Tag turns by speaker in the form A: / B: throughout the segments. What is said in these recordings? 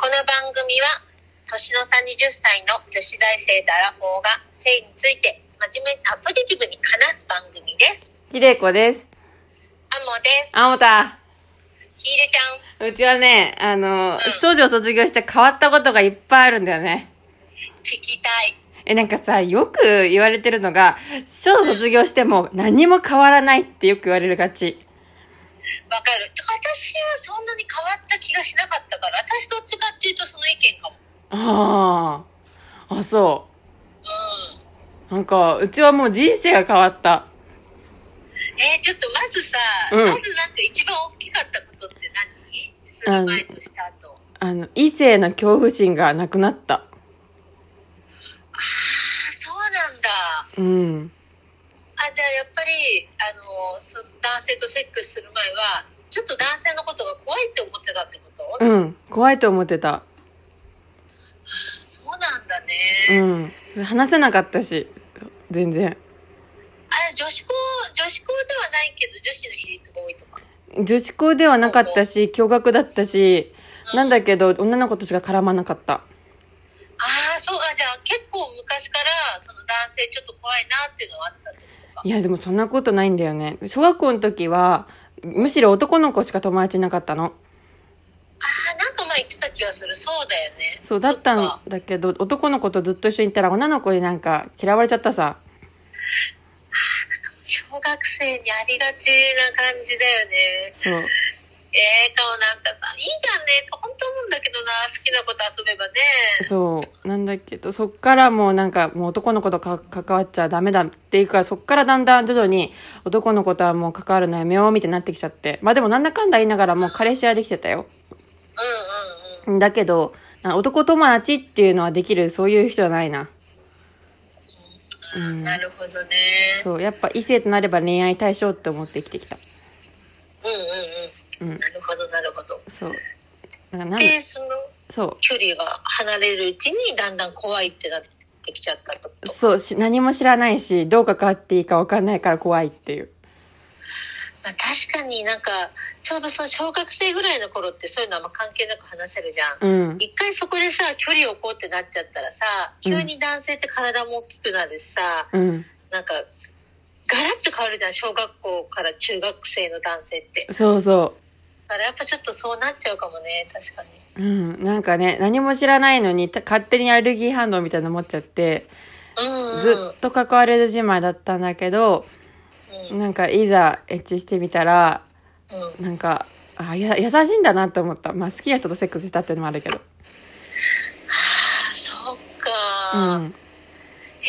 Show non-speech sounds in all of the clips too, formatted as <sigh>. A: 番組は年の差20歳の女子大生とアラフォーが性について真面目なポジティブに話す番組です
B: ひでこです。
A: アモです
B: あもた。
A: ひいでちゃん
B: うちはね、あの、
A: うん
B: 少女を卒業して変わったことがいっぱいあるんだよね。
A: 聞きたい
B: え、なんかさ、よく言われてるのが、少女卒業しても何も変わらないってよく言われるがち。
A: わかる私はそんなに変わった気がしなかったから私どっちかっていうとその意見かも
B: ああ。あ、そ
A: うん
B: う。なんか、うちはもう人生が変わった。
A: えーちょっとまずさ、
B: うん
A: まずなんか一番大きかったことって何数前とした後
B: あの、異性の恐怖心がなくなった。
A: ああそうなんだ
B: うん。
A: あじゃあやっぱりあのそ男性とセックスする前はちょっと男性のことが怖いって思ってたってこと、
B: うん。怖いと思ってた。
A: そうなんだ
B: う
A: ね、
B: ん。話せなかったし、全然。
A: あれ女子校女子校ではないけど女子の比率が多いとか
B: 女子校ではなかったし、驚愕だったし、
A: うん
B: なんだけど、女の子としか絡まなかった。
A: ああそうあじゃあ結構昔からその男性ちょっと怖いなっていうのはあったってことか
B: いや、でもそんなことないんだよね。小学校の時は、むしろ男の子しか友達いなかったの。
A: ああなんか前言ってた気がするそうだよね
B: そうだった
A: そ
B: ん
A: か
B: だけど、男の子とずっと一緒にいたら女の子になんか嫌われちゃったさ。
A: 小学生にありがちな感じだよね
B: そう。
A: ええー、かもなんかさいいじゃんね本当思うんだけどな好きなこと遊べばね
B: そう。なんだけど、そっからもうなんか、もう男の子とか関わっちゃダメだっていうか、そっからだんだん徐々に男の子とはもう関わるのやめようみたいになってきちゃって。まあでもなんだかんだ言いながらもう彼氏はできてたよ。
A: うんうんうん
B: だけど、な男友達っていうのはできる、そういう人じゃないな。
A: あー
B: うん
A: なるほどね。うん
B: そう、やっぱ異性となれば恋愛対象って思って生きてきた。
A: うんう
B: う
A: んん。なるほどなるほど。
B: そう。だからなん
A: でその
B: そ
A: 距離が離れるうちにだんだん怖いってなってきちゃったってこと
B: う。。そうし、何も知らないし、どう関わっていいか分かんないから怖いっていう。
A: まあ、確かになんかちょうどその小学生ぐらいの頃ってそういうのあんま関係なく話せるじゃん。
B: うん。
A: 一回そこでさ距離を置こうってなっちゃったらさ急に男性って体も大きくなるしさ、
B: うん。
A: なんかガラッと変わるじゃん小学校から中学生の男性って。
B: そうそ
A: だからやっぱちょっとそうなっちゃうかもね確かに。
B: う。うん。なんかね、何も知らないのに、た勝手にアレルギー反応みたいなの持っちゃって、
A: うん、うん。
B: ずっと関われるじまいだったんだけど、
A: うん
B: なんかいざエッチしてみたら、
A: うん
B: なんか、あや優しいんだなって思った。まあ好きな人とセックスしたっていうのもあるけど。
A: そっ
B: う
A: か、
B: ん。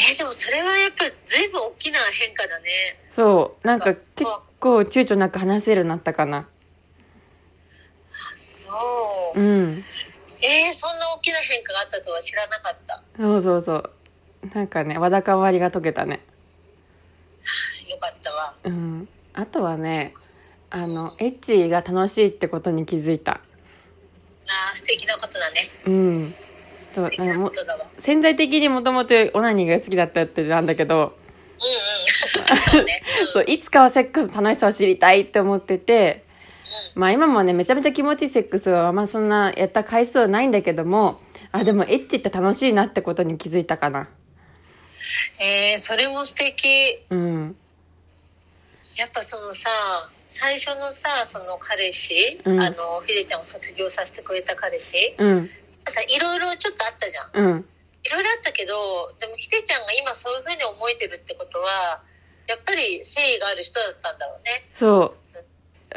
A: えーでもそれはやっぱ随分大きな変化だね
B: そう。なんか結構躊躇なく話せるようになったかな。
A: そう、
B: うん。
A: えーそんな大きな変化があったとは知らなかった
B: そうそうそう。なんかね、わだかまりが解けたね。
A: よかったわ
B: うん。あとはね、あの、エッチが楽しいってことに気づいた。
A: あー素敵なことだね
B: うん。そう
A: 素敵
B: なん
A: な
B: か
A: こ
B: も
A: とだわうん
B: 潜在的にもともとオナニーが好きだったってなんだけ
A: う
B: ど、
A: ん <laughs> そうねうん
B: そう、いつかはセックスの楽しさを知りたいって思ってて、まあ今もね、めちゃめちゃ気持ちいいセックスは、まあそんなやった回数はないんだけども、あ、でもエッチって楽しいなってことに気づいたかな。
A: えーそれも素敵
B: うん。
A: やっぱそのさ最初のさその彼氏、
B: うん
A: あのひでちゃんを卒業させてくれた彼氏
B: うん。
A: さいろいろちょっとあったじゃん
B: うん。
A: いろいろあったけどでもひでちゃんが今そういうふうに思えてるってことはやっぱり誠意がある人だったんだろうね
B: そう。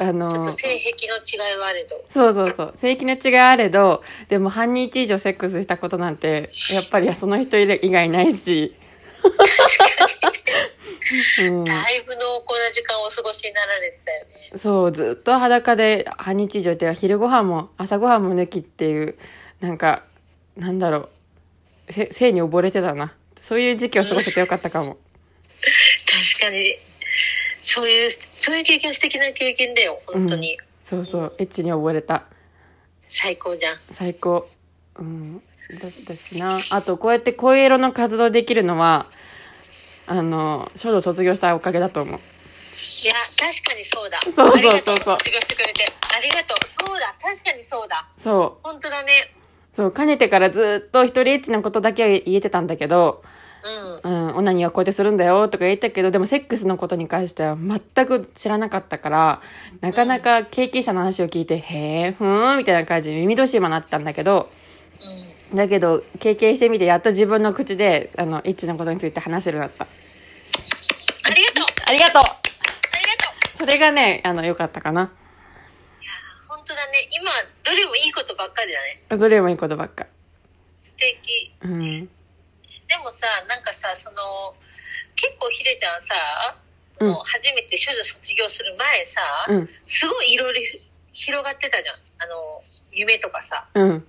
B: あの
A: ちょっと性癖の違いはあれど
B: そうそうそう。性域の違いあれど、でも半日以上セックスしたことなんて、やっぱりその人以外ないし。 <laughs> うん、
A: だいぶ濃厚な時間をお過ごしになられてたよね
B: そう、ずっと裸で半日以上って、昼ご飯も朝ご飯も抜きっていう、なんか、なんだろう、せ性に溺れてたな。そういう時期を過ごせてよかったかも。
A: 確かにそういうそういう経験素敵な経験だよ本当に、
B: そうそう、エッチに溺れた。
A: 最高じゃん
B: 最高うんだったしなあとこうやって声色の活動できるのはあの少女卒業したおかげだと思
A: い
B: う
A: や確かにそうだ
B: うそう
A: あ
B: そうそう
A: りがとう卒業してくれてありがとうそうだ確かにそうだ
B: そ
A: 本当だね
B: うそう、かねてからずっと一人エッチなことだけは言えてたんだけど、
A: うん。
B: うん、オナニーはこうやってするんだよとか言ったけど、でもセックスのことに関しては全く知らなかったから、なかなか経験者の話を聞いて、へえ、ふーん、みたいな感じで耳どしもなったんだけど、
A: うん。
B: だけど、経験してみて、やっと自分の口で、あの、エッチなことについて話せるようになった。
A: ありがとう
B: ありがと
A: ありが
B: う
A: とう
B: それがね、あの、良かったかな。
A: 本当だね。今、どれもいいことばっかりだね。
B: どれもいいことばっか。
A: 素敵。
B: うん。
A: でもさ、なんかさ、その、結構ひでちゃんさ、
B: うん
A: もう初めて処女卒業する前さ、
B: うん。
A: すごいいろいろ広がってたじゃん。あの、夢とかさ。
B: うん。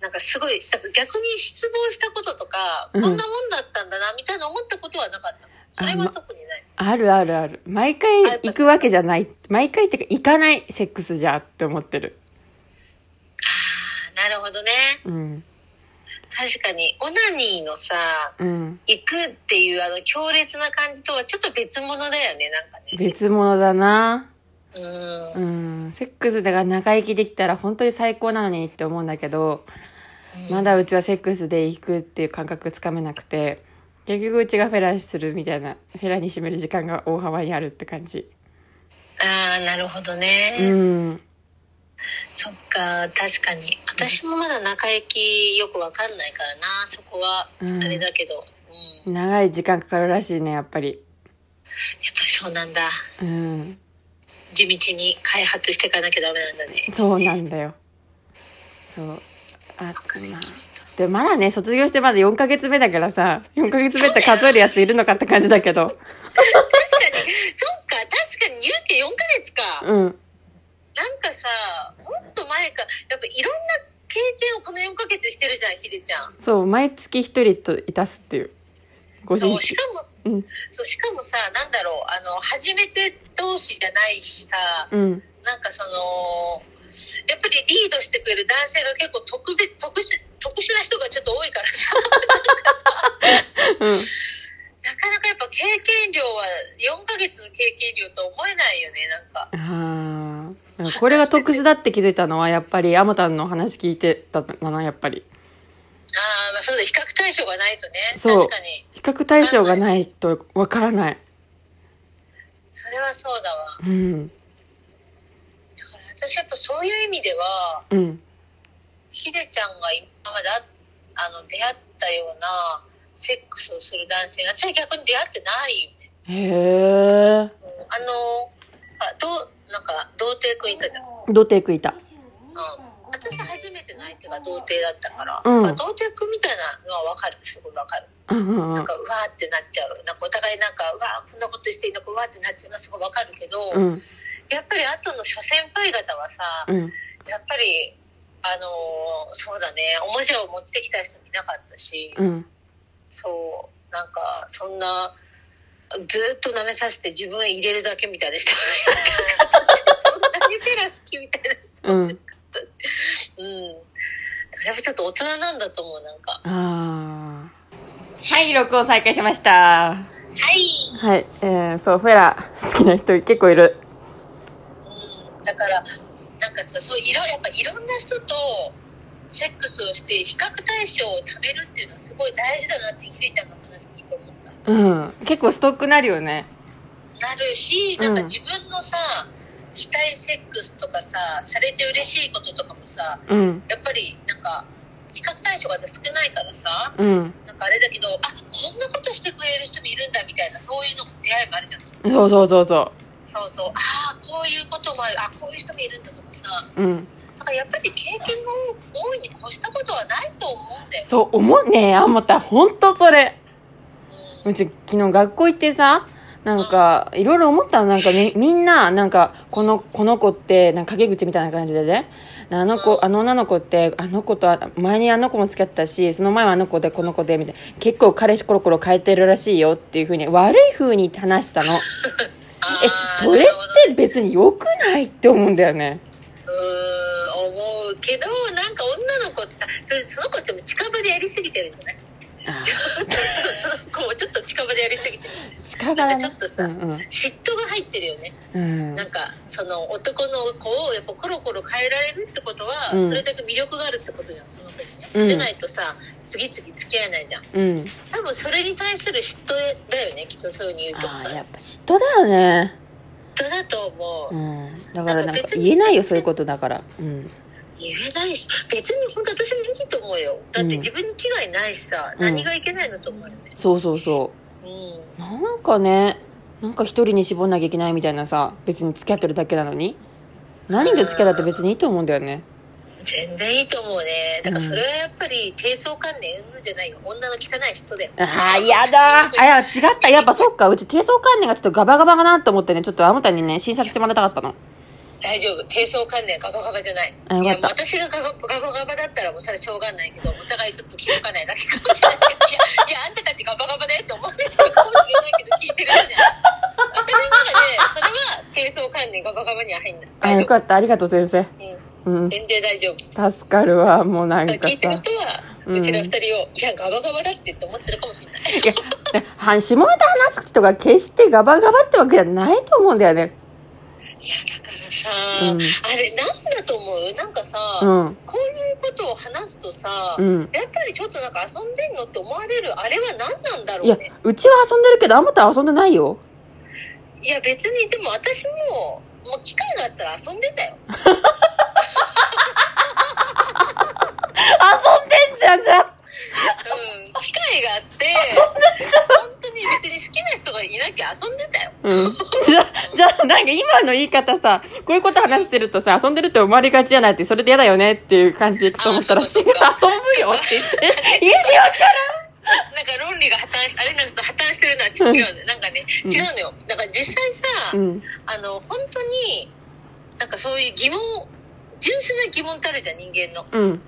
A: なんかすごい、だから逆に失望したこととか、
B: うん
A: こんなもんだったんだな、みたいな思ったことはなかったの。それは特にない。
B: あるあるある。毎回行くわけじゃない。毎回っていうか、行かないセックスじゃって思ってる。
A: あーなるほどね。
B: うん。
A: 確かに、オナニーのさ、
B: うん。
A: 行くっていうあの強烈な感じとはちょっと別物だよね、なんかね。
B: 別物だな。
A: う。
B: うんん。セックスだから長生きできたら本当に最高なのにって思うんだけど、まだうちはセックスで行くっていう感覚つかめなくて、結局うちがフェラするみたいな、フェラに占める時間が大幅にあるって感じ。
A: ああ、なるほどね。
B: うん。
A: そっか、確かに。私もまだ中行きよくわかんないからな、そこは。あ
B: うん
A: れだけど。うん。やっ
B: 長い時間かかるらしいね、やっぱり。
A: ぱりそうなんだ。
B: うん。
A: 地道に開発していかなきゃダメなんだ
B: <laughs>
A: ね。
B: そうなんだよ。そう。あ、まあ。で、まだね、卒業してまだ4ヶ月目だからさ、4ヶ月目って数えるやついるのかって感じだけど。
A: 確かに、そっか、確かに言うて4ヶ月か。
B: うん。
A: なんかさ、もっと前か、やっぱいろんな経験をこの4ヶ月してるじゃん、ひでちゃん。
B: そう、毎月一人といたすっていう。ご
A: そ
B: 新
A: う、し
B: 規
A: かも、
B: うん。
A: そう、しかもさ、なんだろう、あの、初めて同士じゃないしさ、
B: うん。
A: なんかその、やっぱりリードしてくれる男性が結構特別、特殊、特殊な人がちょっと多いからさ、 <laughs>
B: うん。
A: なかなかやっぱ経験量は、4ヶ月の経験量と思えないよね、なんか。
B: ああ。なんかこれが特殊だって気づいたのは、やっぱり、アマタンの話聞いてたんだな、やっぱり。
A: ああ、まあそうだ、比較対象がないとね、
B: そう
A: 確かに。
B: 比較対象がないとわからない。
A: それはそうだわ。
B: うん。
A: だから私やっぱそういう意味では、
B: うん。
A: ひでちゃんが今までああの出会ったようなセックスをする男性が私は逆に出会ってないよね、
B: へえ。
A: うんあのあどうなんか童貞くんいたじゃん、うん、
B: ドテイクいた。
A: 私初めての相手が童貞だったから、
B: うん
A: まあ童貞くんみたいなのは分かるすごい分かる、
B: うんうんう
A: なん
B: ん。
A: かうわーってなっちゃうなんかお互いなんかうわーこんなことしていいのかうわーってなっちゃうのはすごい分かるけど、
B: うん。
A: やっぱり後の諸先輩方はさ、
B: うん。
A: やっぱりあのーそうだねおもちゃを持ってきた人いなかったし、
B: うん。
A: そうなんかそんなずーっと舐めさせて自分入れるだけみたいな人がいなかったし
B: <laughs>
A: そんなにペラ好きみたいな
B: うん。
A: うんやっぱちょっと大人なんだと思うなんか
B: ああ。はい、録音再開しました。
A: はい、
B: はい、えー、そう、フェラ、好きな人結構いる。
A: うん、だからなんかさそういろやっぱいろんな人とセックスをして比較対象を貯めるっていうのはすごい大事だなってひでちゃんの話聞いて思った
B: うん。結構ストックなるよね。
A: なるし、
B: う
A: なんんか自分のさ、したいセックスとかさ、されて嬉しいこととかもさ、
B: うん。
A: やっぱりなんか、比較対象が少ないからさ、
B: うん。
A: なんかあれだけど、あこんなことしてくれる人もいるんだみたいな、そういうの出会いもあるじゃん。
B: そうそうそうそ
A: そうそう、ああ、こういうこともある、あこういう人もいるんだとかさ、
B: う。うん。
A: だからやっぱり経験が多いに越したことはないと思うんだよ。
B: そう、思うねえ、あんまた、ほんとそれ。
A: う、
B: うんち、昨日学校行ってさ、なんか、いろいろ思ったの。なんかみ、みんな、なんか、この、この子って、なんか陰口みたいな感じでね。あの子、あの女の子って、あの子とは、前にあの子も付き合ってたし、その前はあの子で、この子で、みたいな。結構彼氏コロコロ変えてるらしいよっていうふうに、悪いふうに話したの。
A: あ
B: え
A: ー、
B: それ
A: なるほど
B: って別に良くないって思うんだよね。
A: うーん思うけどなんか女の子ってそれその子っても近場でやりすぎてるんじゃない <laughs>
B: あ
A: ちょっとちょっとこうちょっと近場でやりすぎて
B: ー近場だね
A: なんかちょっとさ
B: うん
A: 嫉妬が入ってるよね
B: うん、う
A: なん
B: ん、
A: かその男の子をやっぱコロコロ変えられるってことは、
B: うん
A: それだけ魅力があるってことじゃんその子にね、
B: うん
A: でないとさ次々付き合えないじゃん
B: うん、
A: 多分それに対する嫉妬だよねきっとそういうふうに言うと
B: ああ
A: 嫉
B: やっぱ嫉妬だよね
A: 妬だと思う、
B: うんだからなん
A: なんか
B: か
A: 別に
B: 言えないよそういうことだからうん
A: 言えないし別に本当私もいいと思うよだって自分に危害ないしさ、
B: うん
A: 何がいけないのと思うよね
B: そうそうそ
A: うん、
B: うなんかねなんか一人に絞んなきゃいけないみたいなさ別に付き合ってるだけなのに何で付き合ったって別にいいと思うんだよね
A: 全然いいと思うねだからそれはやっぱり低層観念うんじゃないよ女の汚い嫉妬だよ
B: ああやだーあいや違ったやっぱそっかうち低層観念がちょっとガバガバかなと思ってねちょっとあなたにね診察してもらいたかったの
A: 大丈夫低層観念ガバガバじゃない
B: あよ
A: い
B: か
A: や
B: った
A: もう私がガバガバガバだったらもうそれはしょうがないけどお互いちょっと気づかないだけかもしれないけどいやいやあんたたちガバガバだよって思ってるかもしれないけど聞いてるじゃん私の中でそれは低層観念ガバガバには入んない
B: あ
A: 大
B: よ
A: 丈夫
B: かったありがとう先生う
A: うんん全然大丈夫
B: 助かるわもうなんか
A: 聞いてる
B: さ
A: 人は
B: うん
A: うちら二人を、いやガバガバだってって思ってるかもしれない
B: いやねは下ネタ話す人が決してガバガバってわけじゃないと思うんだよね
A: いやだからさ、
B: う
A: あ
B: ん
A: れなんだと思うなんかさ、
B: うん
A: こういうことを話すとさ、
B: うん
A: やっぱりちょっとなんか遊んでんのって思われるあれは何なんだろ
B: いや
A: うね
B: うちは遊んでるけどあんたは遊んでないよ
A: いや別にでも私ももう機会があったら遊んで <laughs> たよ
B: 遊んでんじゃんじゃん
A: うん機会があって本当に別に好きな人がいなきゃ遊んでたよ
B: うん、 <laughs> じゃじゃあなんか今の言い方さこういうこと話してるとさ遊んでるって思われがちじゃないってそれで嫌だよねっていう感じでいくと思ったら
A: あ
B: 違う遊
A: そっ
B: ぶ
A: かそっか
B: よって言って家にわか
A: なんか論理が破綻しあれなんか破綻してるのは違うねなんかね
B: うん
A: 違うのよなんか実際さ、
B: るうん
A: あの本当になんかそういう疑問純粋な疑問ってあるじゃん人間の
B: うん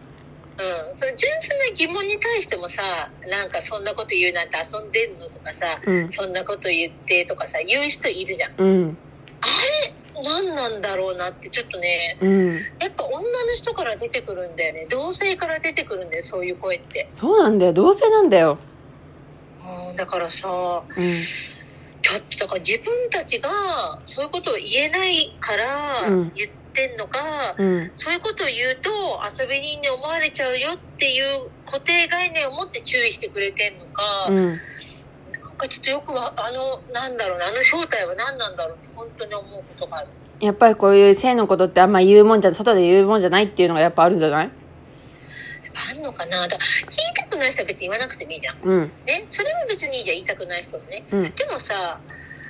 A: うん、その純粋な疑問に対してもさなんかそんなこと言うなんて遊んでんのとかさ
B: うん
A: そんなこと言ってとかさ言う人いるじゃん
B: うん
A: 何なんだろうなってちょっとね
B: うん
A: やっぱ女の人から出てくるんだよね同性から出てくるんだよそういう声って、
B: そうなんだよ同性なんだよ
A: うん、だからさ
B: う
A: ちょっとだから自分たちがそういうことを言えないから
B: うん
A: 言ってんのか、
B: んうん
A: そういうことを言うと遊び人に思われちゃうよっていう固定概念を持って注意してくれてんのか、
B: うん
A: なんかちょっとよくわあのなんだろうなあの正体は何なんだろうって本当に思うことがある
B: やっぱりこういう性のことってあんま言うもんじゃ外で言うもんじゃないっていうのがやっぱあるんじゃない
A: やっぱあんのかなだ聞いたくない人は別に言わなくてもいいじゃん
B: うん
A: ねそれは別にいいじゃん言いたくない人はね
B: うん
A: でもさ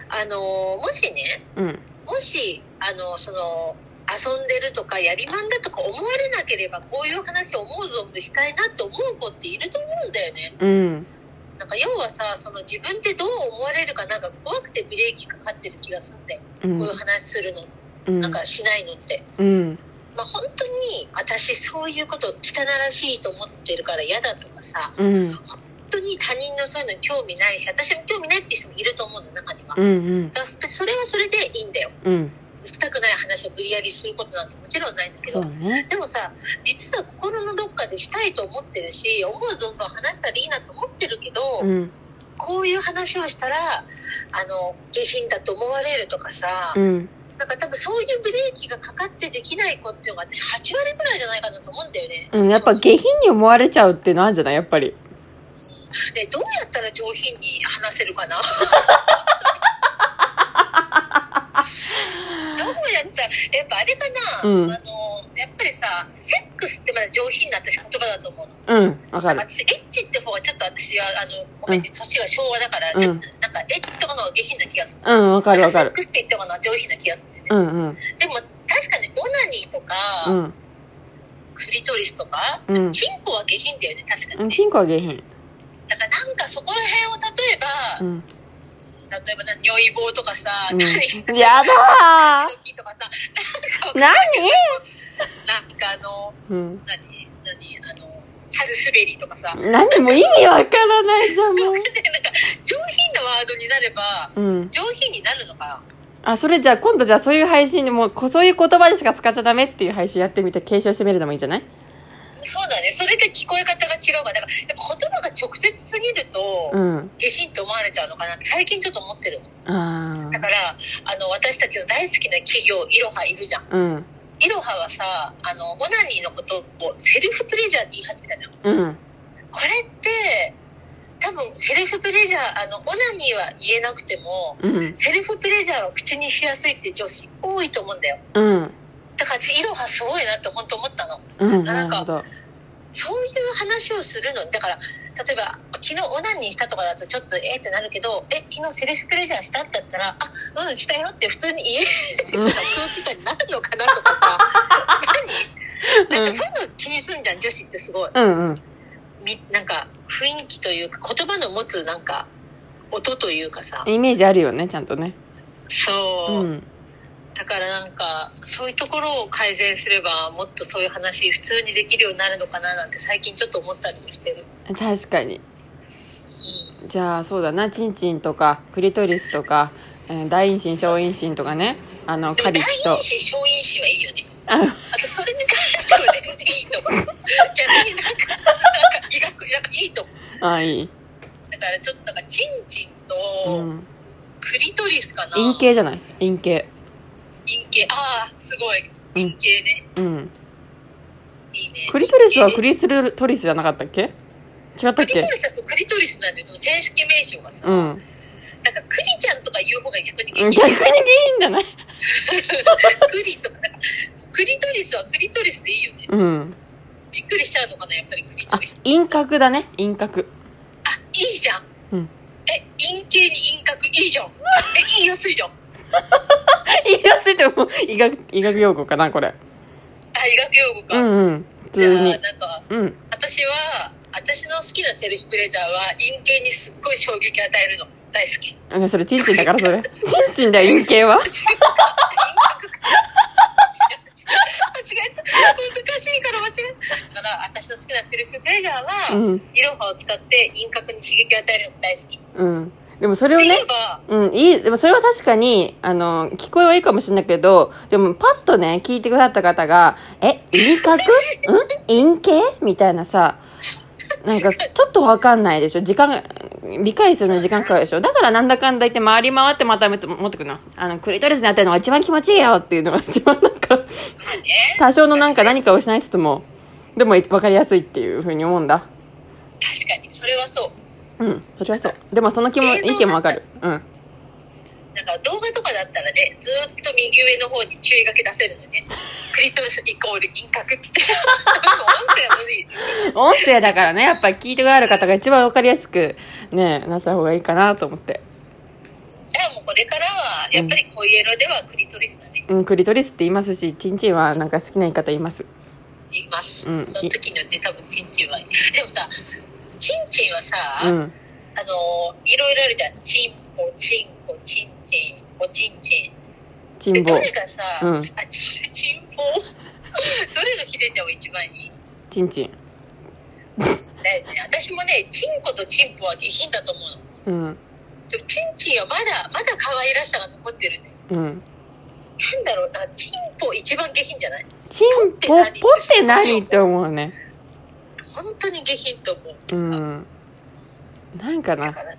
A: あのもしね
B: うん
A: もしあのその遊んでるとかやりまんだとか思われなければこういう話を思う存分したいなって思う子っていると思うんだよね
B: うん
A: なんか要はさその自分ってどう思われるかなんか怖くてブレーキかかってる気がすんだよ、こ
B: う
A: ういうん話するの
B: うん
A: なんかしないのって、
B: うん
A: まあ、本当に私そういうこと汚らしいと思ってるから嫌だとかさ
B: うん
A: 本当に他人のそういうのに興味ないし私も興味ないって人もいると思うの中には、だか
B: うん
A: らそれはそれでいいんだよ
B: うん
A: したくない話を無理やりすることなんてもちろんないんだけ
B: そ
A: ど
B: うね
A: でもさ実は心のどっかでしたいと思ってるし思う存分話したらいいなと思ってるけど、
B: うん
A: こういう話をしたらあの下品だと思われるとかさ、
B: うん
A: なんか多分そういうブレーキがかかってできない子っていうのが私8割ぐらいじゃないかなと思うんだよね。
B: うんやっぱ
A: そうそう
B: 下品に思われちゃうっていうのあるんじゃないやっぱり
A: でどうやったら上品に話せる
B: <laughs>
A: かなどうやったらやっぱあれかな、
B: うん
A: あのやっぱりさセックスってまだ上品な私言葉だと思うの。
B: うんわかる
A: 私エッチって方はちょっと私はあのごめんね年が昭和だから、
B: うん
A: ちょっとなんかエッチとかの方が下品な気がする。
B: うんわかるわかる
A: セックスって言ったかな上品な気がするんだよね、
B: うんうん
A: でも確かにオナニーとか、
B: うん
A: クリトリスとか
B: うん
A: チンコは下品だよね確かに、
B: うんチンコは下品
A: だからなんかそこら辺を例えば、
B: うん
A: 例えばな尿意棒とかさ、
B: うん
A: 何
B: やだ
A: 足の筋とかさ
B: ー何
A: なんかあの
B: うん
A: 何何あのサルスベリーとかさ、
B: 何もう意味わからないじゃんもう
A: <laughs> なんか上品なワードになれば
B: うん
A: 上品になるのか
B: あ、それじゃあ今度じゃあそういう配信でもうこそういう言葉でしか使っちゃダメっていう配信やってみて継承してみるのもいいんじゃない
A: なそうだね。それで聞こえ方が違うから、だから、やっぱ言葉が直接すぎると、
B: うん。
A: 下品って思われちゃうのかなって最近ちょっと思ってるの。
B: あ
A: だから、あの、私たちの大好きな企業、イロハいるじゃん。
B: あ。うん。
A: イロハはさ、あの、オナニーのことをセルフプレジャーって言い始めたじゃん。
B: うん。
A: これって、多分セルフプレジャー、あの、オナニーは言えなくても、
B: うん。
A: セルフプレジャーを口にしやすいって女子多いと思うんだよ。
B: うん。
A: だから、イロハすごいなって本当思ったの。
B: うん。な
A: なん
B: る
A: か
B: ほど。
A: そういう話をするのに、だから、例えば、昨日オナニーしたとかだとちょっとえーってなるけど、え、昨日セルフプレジャーしたって言ったら、あ、うん、したよって普通に言えるような空気感になるのかなとかさ、何なんかそういうの気にすんじゃん、女子ってすごい。
B: うんうん。
A: みなんか、雰囲気というか、言葉の持つなんか、音というかさ、
B: イメージあるよね、ちゃんとね。う
A: そう、
B: ん。
A: だからなんか、そういうところを改善すれば、もっとそういう話、普通にできるようになるのかななんて最近ちょっと思ったりもしてる。
B: 確かに。
A: うん
B: じゃあ、そうだな、チンチンとか、クリトリスとか、えー大陰唇、小陰唇とかね、あの、
A: で
B: カ
A: も
B: リッ
A: 大
B: と
A: 陰。詞小陰詞はいいよね
B: あ
A: あとそれに関しては全然いいと
B: <laughs>
A: 思う逆になんかなんか医学やっぱいいと思う
B: あ、いい。
A: だからちょっとなんかチンチン
B: う
A: と
B: ん。
A: クリトリスかな
B: 陰形じゃない陰形。
A: 陰茎ああすごい
B: うん
A: 陰茎ね
B: うん。
A: いいね
B: クリトリスはク
A: リ
B: リスルトリスじゃなかったっけ違ったっ
A: クリト
B: け
A: リスはそうクリトリスなんだけど正式名称がさ、
B: う
A: なんか
B: ん。
A: クリちゃんとか言う方が逆に激
B: 逆に
A: しい
B: 原因じゃない
A: <laughs> クリとかなんかクリトリスはクリトリスでいいよね
B: うん。
A: びっくりしちゃうのかなやっぱりクリト
B: あ
A: リス、
B: 陰角だね。陰角。 <laughs>
A: あ、いいじゃん。
B: うん
A: え、陰茎に陰角いい
B: <laughs>
A: じゃん。え、言いやすいじゃん。
B: 言いやすいってもう医学、医学用語かな、これ。
A: あ、医学用語
B: う
A: か。
B: んうん。普
A: じゃ
B: 通
A: あ、
B: に。
A: なんか、
B: うん。
A: 私は、私の好きなセルフプレジャーは、陰茎にすっごい衝撃与えるの。大好き。
B: あねそれ、チンチンだから、それ。チンチンだよ、陰形は。
A: 間違えた。難しいから間違えた。だから、私の好きなセルフプレジャーは、
B: うん。
A: イロハを使って陰角に刺激を与えるのも大好き。で
B: うん。でも、それを
A: 言
B: ね
A: え、ば、
B: うん、いい、でもそれは確かに、あの、聞こえはいいかもしれないけど、でもパッとね、聞いてくださった方が、え、陰角ん陰形みたいなさ、なんか、ちょっとわかんないでしょ時間が、理解するのに時間かかるでしょだからなんだかんだ言って回り回ってまた持ってくるの。あの、クリトリスになってるのが一番気持ちいいよっていうのが一番なんか、
A: ね、
B: 多少のなんか何かをしないつつも、でもわかりやすいっていうふうに思うんだ。
A: 確かに、それはそう。
B: うん、それはそう。でもその気も、意見もわかる。うん。
A: なんか動画とかだったらね、ずーっと右上の方に注意書き出せるのね。クリトリスイコール銀閣って。もう音声は無理。
B: <laughs> 音声だからね、やっぱ聞いてくださる方が一番わかりやすく、ね、なった方がいいかなと思って。
A: じゃあもうこれからは、やっぱり恋エロではクリトリスだね。
B: うん、クリトリスって言いますし、チンチンはなんか好きな言い方言います。
A: 言います。
B: うん
A: その時によって多分チンチンは。でもさ、チンチンはさ、
B: うん。
A: あのーいろいろあるじゃん。チンポ、チンコ、チンチン、おチンチ
B: チ
A: ン。で、
B: ンボ
A: ど。れがさ、
B: うん
A: あ、チン、チンポ <laughs> どれがヒデちゃんは一番いい
B: チンチン。
A: だよね。私もね、チンコとチンポは下品だと思うの。
B: うん。
A: でもチンチンはまだまだ可愛らしさが残ってるね
B: うん。
A: なんだろうだからチンポ一番下品じゃない
B: チンポ、ポって何って思うね。
A: 本当に下品と思う、
B: うん。なんか
A: だ
B: な。
A: から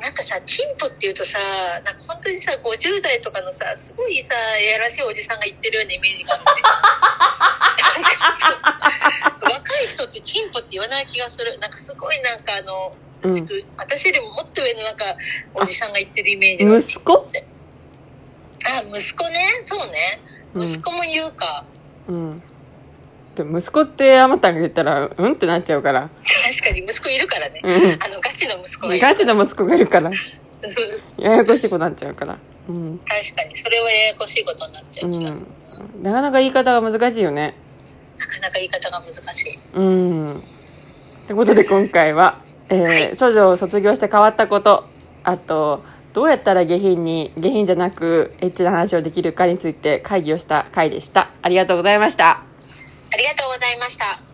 A: なんかさチンポっていうとさなんか本当にさ50代とかのさすごいさやらしいおじさんが言ってるようなイメージがあってなんか
B: <laughs>
A: そう若い人ってチンポって言わない気がするなんかすごいなんかあの、
B: うん
A: ちょ。っと私よりももっと上のなんかおじさんが言ってるイメージが
B: 息子
A: あ息子ねそうね
B: うん
A: 息。子も言うか、
B: うん。でも息子ってあまたんが言ったら、うんってなっちゃうから。
A: 確かに息子いるからね。
B: うん。
A: あの、ガチの息子がいる。
B: ガチの息子がいるから。
A: 確
B: ややこしいことになっちゃうから。うん。
A: かに、それはややこしいことになっちゃう
B: う
A: ん気がする。
B: なかなか言い方が難しいよね。
A: なかなか言い方が難しい。
B: うん。ってことで今回は、えー
A: はい
B: 少女を卒業して変わったこと、あと、どうやったら下品に、下品じゃなく、エッチな話をできるかについて会議をした回でした。ありがとうございました。
A: ありがとうございました。